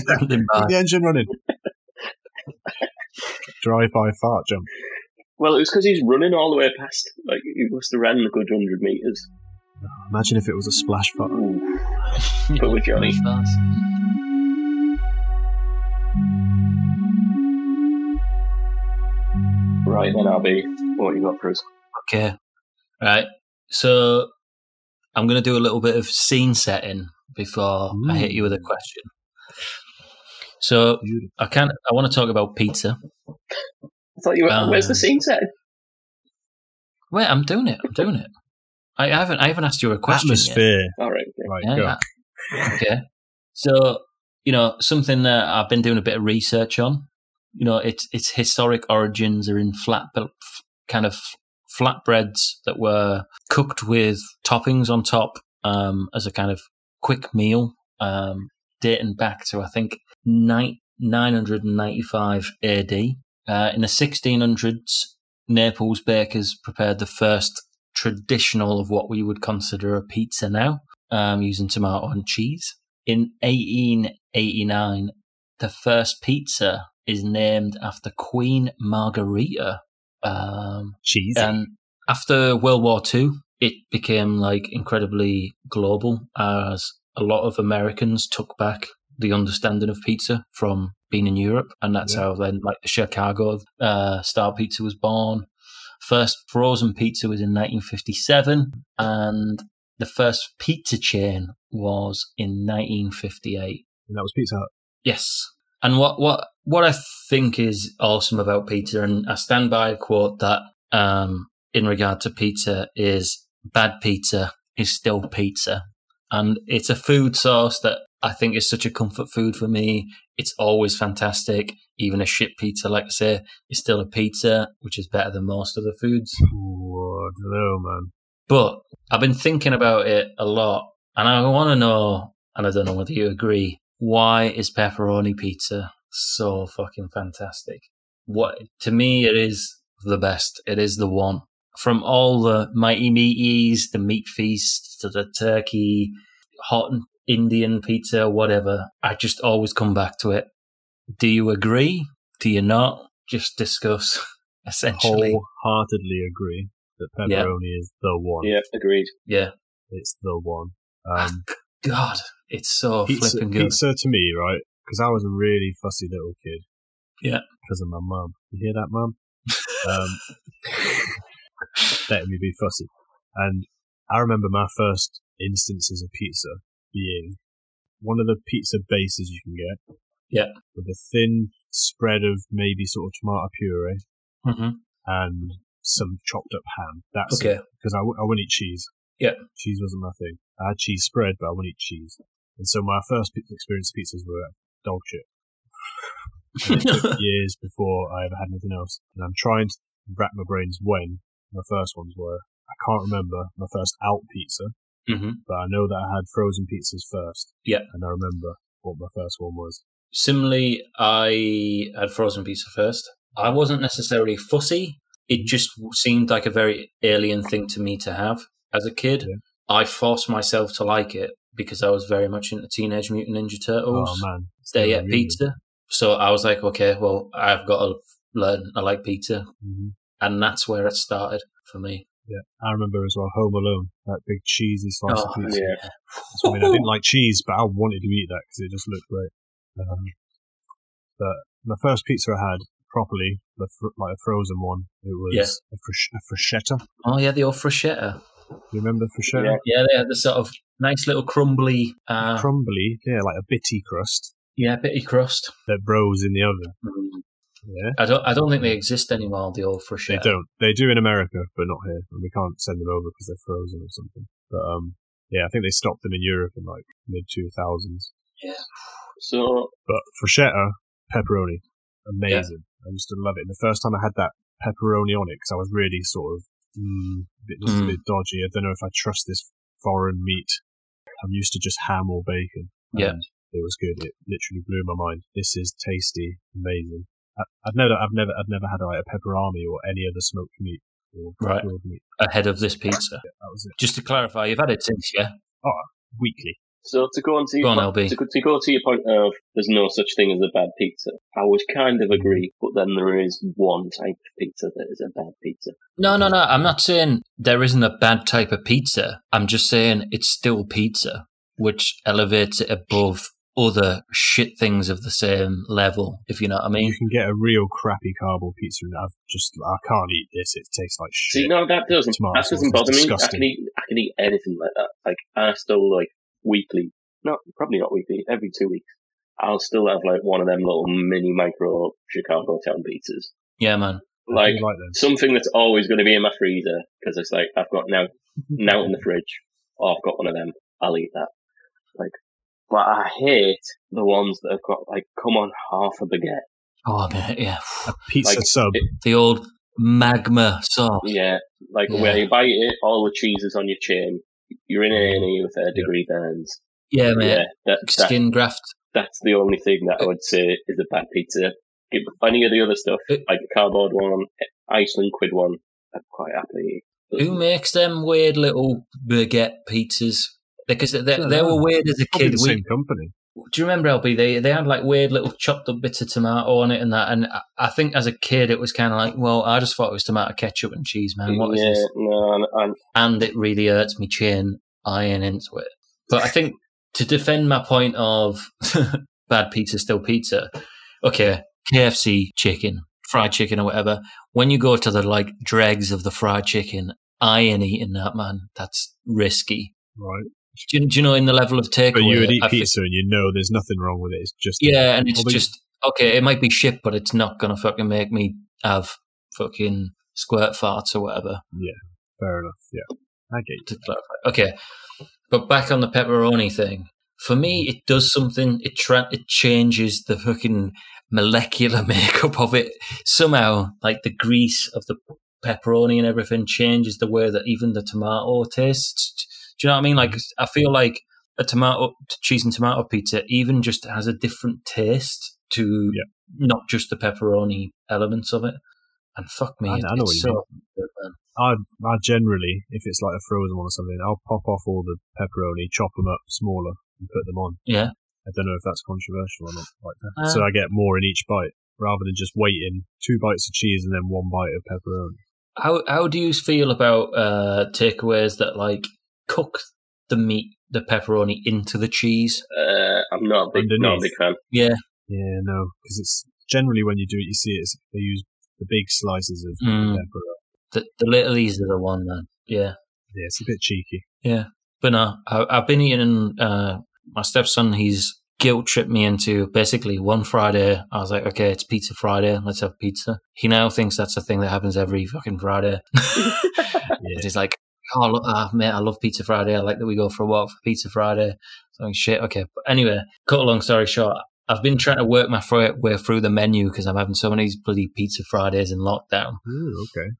A: Get that-
B: Standing by.
A: get the engine running. Drive by fart jump.
C: Well, it was because he's running all the way past. Like he must have ran a good hundred meters.
A: Imagine if it was a splash fart.
C: But with Johnny, right then, I'll be. What you got for us?
B: Okay. Right. So I'm going to do a little bit of scene setting before I hit you with a question. So
A: Beautiful.
B: I can I want to talk about pizza.
C: I thought you were.
B: Um,
C: where's the scene set?
B: Wait, I'm doing it. I'm doing it. I, I haven't I haven't asked you a question. yet.
A: Atmosphere. uh,
C: All right. okay.
A: Right, go.
B: Yeah. okay. So, you know, something that I've been doing a bit of research on. You know, its its historic origins are in flat, f- kind of flatbreads that were cooked with toppings on top um, as a kind of quick meal, um, dating back to I think nine nine hundred and ninety five A.D. Uh, in the sixteen hundreds, Naples bakers prepared the first traditional of what we would consider a pizza now um, using tomato and cheese. In 1889, the first pizza is named after Queen Margarita. Um,
A: Cheese.
B: and after World War II, it became like incredibly global as a lot of Americans took back the understanding of pizza from being in Europe, and that's
A: Yeah.
B: how then like the Chicago uh, style pizza was born. First frozen pizza was in 1957, and the first pizza chain was in 1958.
A: And that was Pizza Hut.
B: Yes. And what, what, what I think is awesome about pizza, and I stand by a quote that, um, in regard to pizza is bad pizza is still pizza. And it's a food source that I think is such a comfort food for me. It's always fantastic. Even a shit pizza, like I say, is still a pizza, which is better than most other foods.
A: Ooh, I don't know, man.
B: But I've been thinking about it a lot, and I want to know, and I don't know whether you agree, why is pepperoni pizza so fucking fantastic? What to me, it is the best. It is the one from all the mighty meaties, the meat feast, to the turkey, hot Indian pizza, whatever. I just always come back to it. Do you agree? Do you not? Just discuss. Essentially,
A: Wholeheartedly agree that
B: Yeah.
A: pepperoni is the one.
C: Yeah, agreed.
B: yeah.
A: It's the one. Um,
B: God, it's so
A: pizza,
B: flipping good.
A: pizza to me, right? Because I was a really fussy little kid.
B: Yeah.
A: Because of my mum. You hear that, mum? um, letting me be fussy. And I remember my first instances of pizza being one of the pizza bases you can get.
B: Yeah.
A: With a thin spread of maybe sort of tomato puree
B: Mhm.
A: and some chopped up ham. That's it
B: Okay.
A: because I, w- I wouldn't eat cheese.
B: Yeah.
A: Cheese wasn't my thing. I had cheese spread, but I wouldn't eat cheese. And so my first pi- experience of pizzas were dog shit. Years before I ever had anything else. And I'm trying to wrap my brains when my first ones were. I can't remember my first out pizza,
B: Mhm.
A: but I know that I had frozen pizzas first.
B: Yeah.
A: And I remember what my first one was.
B: Similarly, I had frozen pizza first. I wasn't necessarily fussy. It just seemed like a very alien thing to me to have as a kid.
A: Yeah.
B: I forced myself to like it because I was very much into Teenage Mutant Ninja Turtles.
A: Oh man. It's
B: they
A: never
B: ate
A: really-
B: pizza. So I was like, okay, well, I've got to learn. I like pizza.
A: Mhm.
B: And that's where it started for me.
A: I remember as well Home Alone, that big cheesy slice
B: Oh,
A: of pizza.
C: Yeah.
A: So, I mean, I didn't like cheese, but I wanted to eat that because it just looked great. Um, but my first pizza I had properly, the fr- like a frozen one, it was
B: Yeah.
A: a, fris- a freshetta.
B: oh, yeah, the old freshetta.
A: You remember freshetta?
B: Yeah, they had the sort of nice little crumbly, uh,
A: Crumbly, yeah, like a bitty crust
B: yeah, bitty crust.
A: that rose in the oven.
B: Mm.
A: Yeah,
B: I don't, I don't think they exist anymore. The old freshetta.
A: they don't. They do in America, but not here, and we can't send them over because they're frozen or something. But um, yeah, I think they stopped them in Europe in like mid two thousands.
C: So
A: But freshetta, pepperoni, amazing. I used to love it. And the first time I had that pepperoni on it, because I was really sort of mm, a bit, just a
B: Mm.
A: bit dodgy. I don't know if I trust this foreign meat. I'm used to just ham or bacon.
B: Yeah.
A: And it was good. It literally blew my mind. This is tasty, amazing. I, I've never, I've never, I've never had like a pepperami or any other smoked meat or
B: Right.
A: grilled meat.
B: Ahead of this pizza.
A: That was it.
B: Just to clarify, you've had it since, yeah?
A: Weekly.
C: So to go on to
B: Go
C: your
B: on,
C: point,
B: LB.
C: to, go- to go to your point of there's no such thing as a bad pizza. I would kind of agree, but then there is one type of pizza that is a bad pizza.
B: No, no, no. I'm not saying there isn't a bad type of pizza. I'm just saying it's still pizza, which elevates it above other shit things of the same level, if you know what I mean.
A: You can get a real crappy cardboard pizza, and I've just, I can't eat this. It tastes like shit.
C: See, no, that doesn't
A: Tomato
C: that
A: sauce
C: doesn't
A: is
C: bother me. I
A: disgusting.
C: can eat I can eat anything like that. Like I still like weekly, not probably not weekly, every two weeks. I'll still have like one of them little mini micro Chicago town pizzas.
B: Yeah, man.
A: I
C: Like
A: do like them.
C: something that's always going to be in my freezer because it's like I've got now now in the fridge. Oh, I've got one of them. I'll eat that. Like, but I hate the ones that have got like come on half a baguette.
B: Oh, man. Yeah.
A: a pizza
C: Like,
A: sub.
C: it-
B: The old magma sauce.
C: Yeah, like
B: Yeah.
C: where you bite it, all the cheese is on your chin. You're in A&E with third degree burns.
B: Yeah, man.
C: Yeah, that, that
B: Skin graft.
C: that's the only thing that I would say is a bad pizza. If any of the other stuff,
B: It-
C: like a cardboard one, Iceland quid one, I'd quite happily. eat.
B: Who makes them weird little baguette pizzas? Because they, they,
A: Don't
B: they
A: know.
B: were weird as a
A: Probably
B: kid.
A: the
B: We-
A: same company.
B: do you remember LB? They they had like weird little chopped up bits of tomato on it and that. And I, I think as a kid, it was kind of like, well, I just thought it was tomato ketchup and cheese, man. What is
C: yeah,
B: this?
C: no, and, and
B: And it really hurts me chin iron into it. But I think to defend my point of bad pizza still pizza, okay, KFC chicken, fried chicken or whatever. When you go to the like dregs of the fried chicken, I ain't eating that, man. That's risky.
A: Right.
B: Do you, do you know in the level of takeaway?
A: But you would eat
B: I think-
A: pizza and you know there's nothing wrong with it. It's just
B: yeah, and it's
A: Although-
B: just okay. It might be shit, but it's not gonna fucking make me have fucking squirt farts or whatever.
A: fair enough. Yeah. I get you.
B: To clarify, okay. But back on the pepperoni thing, for me,
A: Mm.
B: it does something. It tra- it changes the fucking molecular makeup of it somehow. Like the grease of the pepperoni and everything changes the way that even the tomato tastes. Do you know what I mean? Like I feel like a tomato cheese and tomato pizza even just has a different taste to
A: Yeah.
B: not just the pepperoni elements of it. And fuck me,
A: I- I
B: it-
A: know what
B: it's
A: you
B: so good, man.
A: I I generally, if it's like a frozen one or something, I'll pop off all the pepperoni, chop them up smaller, and put them on.
B: Yeah.
A: I don't know if that's controversial or not. Like that.
B: Uh,
A: so I get more in each bite rather than just waiting two bites of cheese and then one bite of pepperoni.
B: How how do you feel about uh, takeaways that like cook the meat, the pepperoni into the cheese?
C: Uh, I'm not a big, not a
A: Underneath.
C: big fan.
A: Yeah, no, because it's generally when you do it, you see it's they use the big slices of
B: Mm.
A: pepperoni.
B: The the littlies are the one, man. Yeah,
A: Yeah, it's a bit cheeky.
B: but no, I, I've been eating. Uh, my stepson, he's guilt tripped me into basically one Friday. I was like, okay, it's Pizza Friday. Let's have pizza. He now thinks that's a thing that happens every fucking Friday.
A: Yeah,
B: And he's like, oh, look, ah, mate, I love Pizza Friday. I like that we go for a walk for Pizza Friday. So I'm like, shit, okay. But anyway, cut a long story short, I've been trying to work my fr- way through the menu because I'm having so many bloody Pizza Fridays in lockdown.
A: Ooh, okay.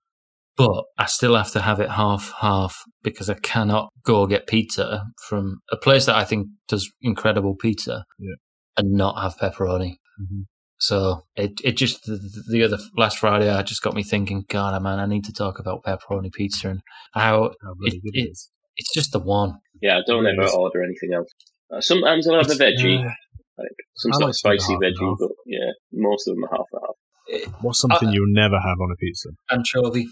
B: But I still have to have it half half because I cannot go get pizza from a place that I think does incredible pizza
A: Yeah.
B: and not have pepperoni.
A: Mhm.
B: So it it just the, the other last Friday I just got me thinking, God, man, I need to talk about pepperoni pizza and how
A: How bloody
B: It-
A: good
B: it-
A: it is.
B: it's just the one.
C: Yeah, I don't
A: Yes.
C: ever order anything else. Uh, sometimes I'll have a
B: It's,
C: veggie,
A: Uh,
C: some
A: I
C: sort
A: like
C: of spicy
A: half and
C: veggie,
A: half.
C: but yeah, most of them are half and half.
A: what's something
B: I-
A: you'll never have on a pizza?
B: Anchovy,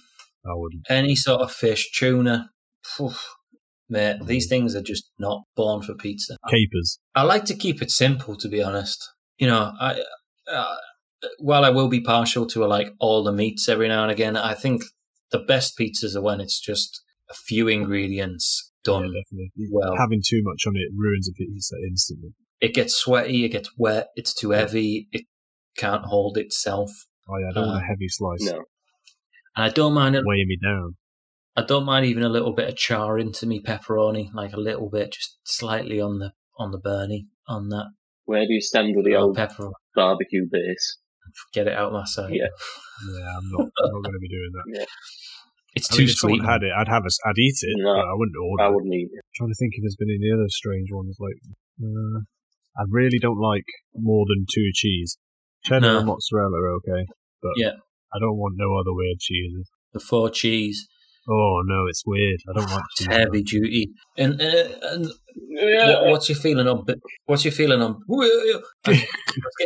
A: I wouldn't.
B: any sort of fish, tuna. Phew, mate, these things are just not born for pizza.
A: Capers.
B: I like to keep it simple, to be honest. You know, I uh, while I will be partial to like all the meats every now and again, I think the best pizzas are when it's just a few ingredients
A: Yeah,
B: done.
A: definitely.
B: well.
A: Having too much on it ruins a pizza instantly.
B: It gets sweaty, it gets wet, it's too heavy, it can't hold itself.
A: Oh yeah, I don't
B: Uh,
A: want a heavy slice
C: No.
B: And I don't mind it.
A: weighing me down.
B: I don't mind even a little bit of char into me pepperoni, like a little bit, just slightly on the on the burnie on that
C: Where do you stand with the
B: oh,
C: old
B: pepper.
C: barbecue base?
B: Get it out of my sight.
C: Yeah.
A: Yeah, I'm not, I'm not going to be doing that.
B: It's
A: I
B: too
A: mean, if
B: sweet.
A: someone had it, I'd have a, I'd eat it,
C: No,
A: but I wouldn't order.
C: I
A: it.
C: wouldn't eat it.
A: I'm trying to think if there's been any other strange ones. Like, uh, I really don't like more than two cheese. Cheddar
B: No.
A: and mozzarella are okay, but
B: Yeah.
A: I don't want no other weird cheeses.
B: The four cheese,
A: Oh no, it's weird. I don't like
B: It's
A: cheese.
B: heavy duty. And, and, and
C: Yeah.
B: what, what's your feeling on? What's your feeling on? I'm getting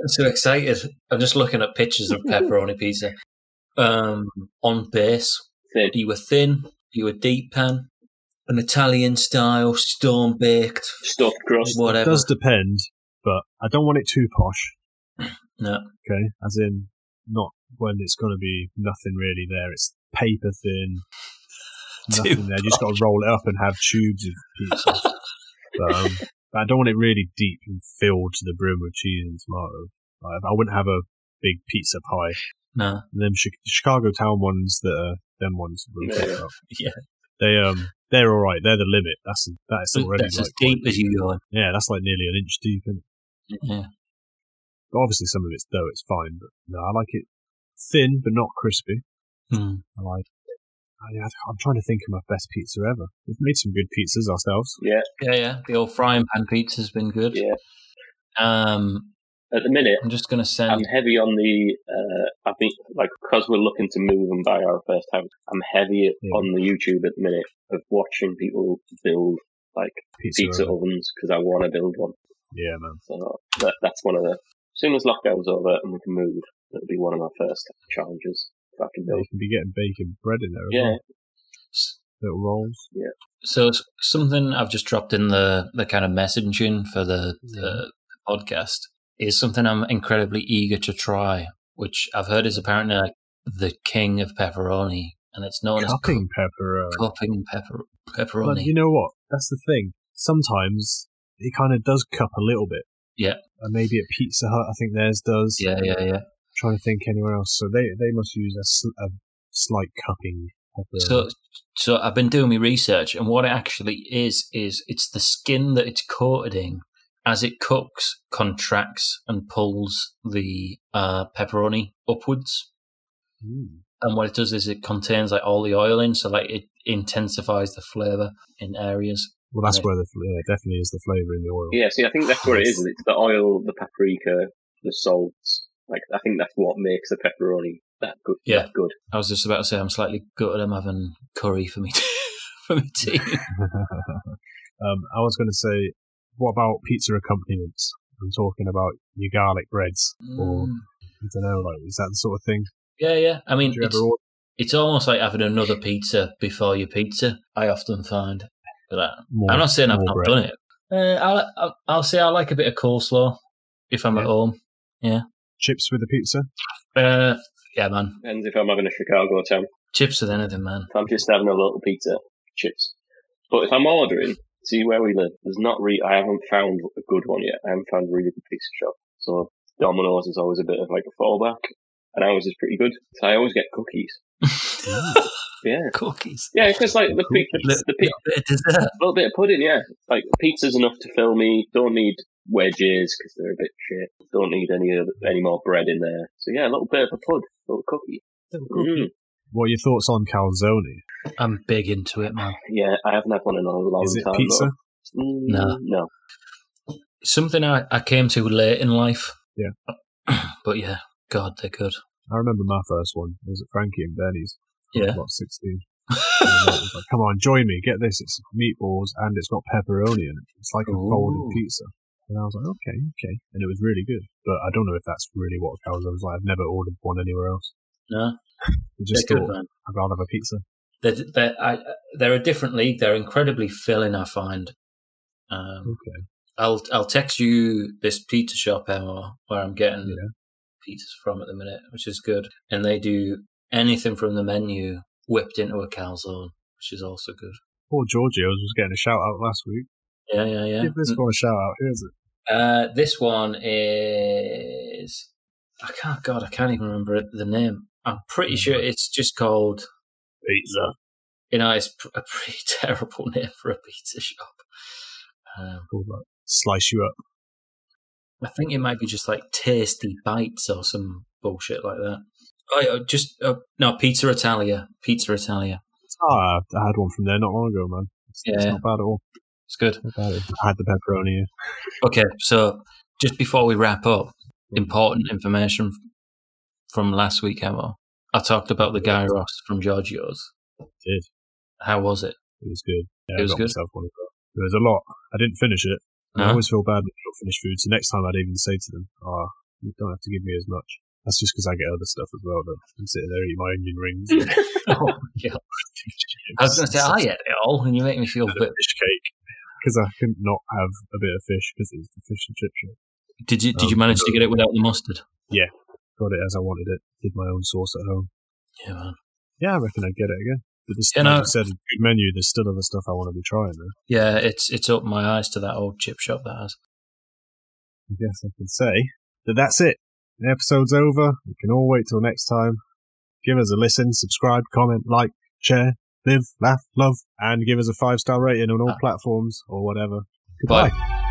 B: so excited. I'm just looking at pictures of pepperoni pizza. Um, on base,
C: Thin.
B: you were thin, you were deep pan, an Italian style, storm baked,
C: Stuffed crust.
A: It
B: whatever.
A: does depend, but I don't want it too posh.
B: No.
A: Okay, as in not when it's going to be nothing really there. It's paper thin.
B: Too
A: Nothing there. You just got to roll it up and have tubes of pizza. but, um, but I don't want it really deep and filled to the brim with cheese and tomato. Like, I wouldn't have a big pizza pie.
B: No,
A: And them Chi- Chicago town ones that are them ones. that we've talked about,
B: Yeah.
A: They um they're all right. They're the limit. That's that is already
B: that's
A: like,
B: as deep as you go.
A: yeah. That's like nearly an inch deep. Isn't it?
B: Yeah.
A: obviously some of it's dough, it's fine, but no, I like it thin but not crispy.
B: Hmm.
A: I like. I, I'm trying to think of my best pizza ever. We've made some good pizzas ourselves.
B: yeah, yeah. The old frying pan pizza's been good.
C: Yeah.
B: Um,
C: At the minute,
B: I'm just gonna send.
C: I'm heavy on the. Uh, I think like because we're looking to move and buy our first house, I'm heavy
A: Yeah.
C: on the YouTube at the minute of watching people build like
A: Pizza,
C: pizza
A: oven.
C: ovens because I want to build one.
A: yeah, man.
C: So that, that's one of the. As soon as lockdown's over and we can move, it'll be one of my first challenges that I can
A: You
C: build.
A: can be getting bacon bread in there. as
C: Yeah,
A: well. little rolls.
B: So s- something I've just dropped in the the kind of messaging for the,
A: Mm.
B: the podcast is something I'm incredibly eager to try, which I've heard is apparently like the king of pepperoni, and it's known
A: Cupping pepperoni.
B: as cu- cupping pepper
A: Well,
B: pepperoni.
A: you know what? That's the thing. Sometimes it kind of does cup a little bit.
B: Yeah.
A: And maybe at Pizza Hut, I think theirs does.
B: yeah, yeah, yeah.
A: trying to think anywhere else. So they they must use a, sl- a slight cupping have the-
B: So, so I've been doing my research, and what it actually is is it's the skin that it's coated in. As it cooks, contracts and pulls the uh, pepperoni upwards.
A: Mm.
B: And what it does is it contains like all the oil in, so like it intensifies the flavor in areas.
A: well, that's
B: Right.
A: where the fl- yeah, it definitely is the flavour in the oil.
C: Yeah, see, I think that's where it is. isn't it? It's the oil, the paprika, the salts. Like, I think that's what makes a pepperoni that good.
B: Yeah.
C: that good.
B: I was just about to say I'm slightly gutted. I'm having curry for me for me tea.
A: um, I was going to say, what about pizza accompaniments? I'm talking about your garlic breads, or
B: Mm.
A: I don't know, like is that the sort of thing?
B: Yeah, yeah. I mean,
A: Do you
B: it's,
A: ever order?
B: it's almost like having another pizza before your pizza. I often find that.
A: More,
B: I'm not saying I've
A: more
B: not
A: bread?
B: done it. Uh, I'll, I'll, I'll say I like a bit of coleslaw if I'm
A: Yeah.
B: at home.
A: chips with the pizza.
B: Uh, yeah, man.
C: Depends if I'm having a Chicago town.
B: Chips with anything, man.
C: If I'm just having a little pizza, chips. But if I'm ordering, see where we live. There's not re. I haven't found a good one yet. I haven't found a really good pizza shop. So Domino's is always a bit of like a fallback, and ours is pretty good. So I always get cookies. Yeah,
B: Cookies.
C: yeah, because like the, pi- the,
B: Little
C: the pi-
B: bit of dessert.
C: A little bit of pudding, yeah. Like pizza's enough to fill me. Don't need wedges because they're a bit shit. Don't need any other, any more bread in there. So yeah, a little bit of a pud, a little cookie. Mm.
A: What are your thoughts on calzone?
B: I'm big into it, man.
C: Yeah, I haven't had one in a long
A: Is it
C: time.
A: pizza?
C: But, Mm,
B: No.
C: no.
B: Something I, I came to late in life.
A: Yeah.
B: But yeah, God, they're good.
A: I remember my first one. It was at Frankie and Bernie's. I was
B: Yeah.
A: about sixteen. And I was like, Come on, join me. Get this. It's meatballs and it's got pepperoni in it. It's like a
B: Ooh.
A: folded pizza. And I was like, okay, okay. And it was really good. But I don't know if that's really what calzone was like. I've never ordered one anywhere else.
B: no,
A: I
B: they're
A: just
B: good,
A: thought
B: man.
A: I'd rather have a pizza.
B: They're, they're, I, they're a different league. They're incredibly filling, I find. Um,
A: Okay.
B: I'll I'll text you this pizza shop Emma, where I'm getting
A: Yeah.
B: pizzas from at the minute, which is good. And they do anything from the menu whipped into a calzone, which is also good.
A: Poor Giorgio's was getting a shout out last week.
B: Yeah, yeah, yeah.
A: Give this one a shout out. Who is it?
B: Uh, this one is I can't God, I can't even remember it- the name. I'm pretty sure it's just called.
A: Pizza.
B: You know, it's pr- a pretty terrible name for a pizza shop. Um,
A: Called like Slice You Up.
B: I think it might be just like tasty bites or some bullshit like that. Oh, yeah, just uh, no pizza Italia, pizza Italia.
A: Ah, I had one from there not long ago, man. It's, it's
B: Yeah.
A: not bad at all.
B: It's good.
A: Not bad at all. I had the pepperoni.
B: Okay, so just before we wrap up, important information f- from last week, Emma. I talked about the gyros from Giorgio's.
A: Did.
B: How was it?
A: It was good. Yeah,
B: It was
A: I got
B: good? Uh-huh.
A: myself one as well. There was a lot. I didn't finish it. I
B: No?
A: always feel bad when I don't finish food, so next time I'd even say to them, ah, you don't have to give me as much. That's just because I get other stuff as well, but I'm sitting there eating my onion rings.
B: Oh, yeah. I was going to say, I ate it all, and you make me feel a
A: And a
B: bit.
A: fish cake. Because I couldn't not have a bit of fish because it was the fish and chip shop.
B: Did you did you
A: Um,
B: manage to get it without the mustard?
A: Got it as I wanted it. Did my own sauce at home.
B: Yeah, man.
A: Yeah, I reckon I'd get it again. But this,
B: You
A: like
B: know-
A: you said, good menu. There's still other stuff I want to be trying. Though.
B: Yeah, it's it's opened my eyes to that old chip shop that has.
A: I guess I can say that that's it. The episode's over. We can all wait till next time. Give us a listen, subscribe, comment, like, share, live, laugh, love, and give us a five star rating on all
B: Ah.
A: platforms or whatever.
B: Bye.
A: Goodbye.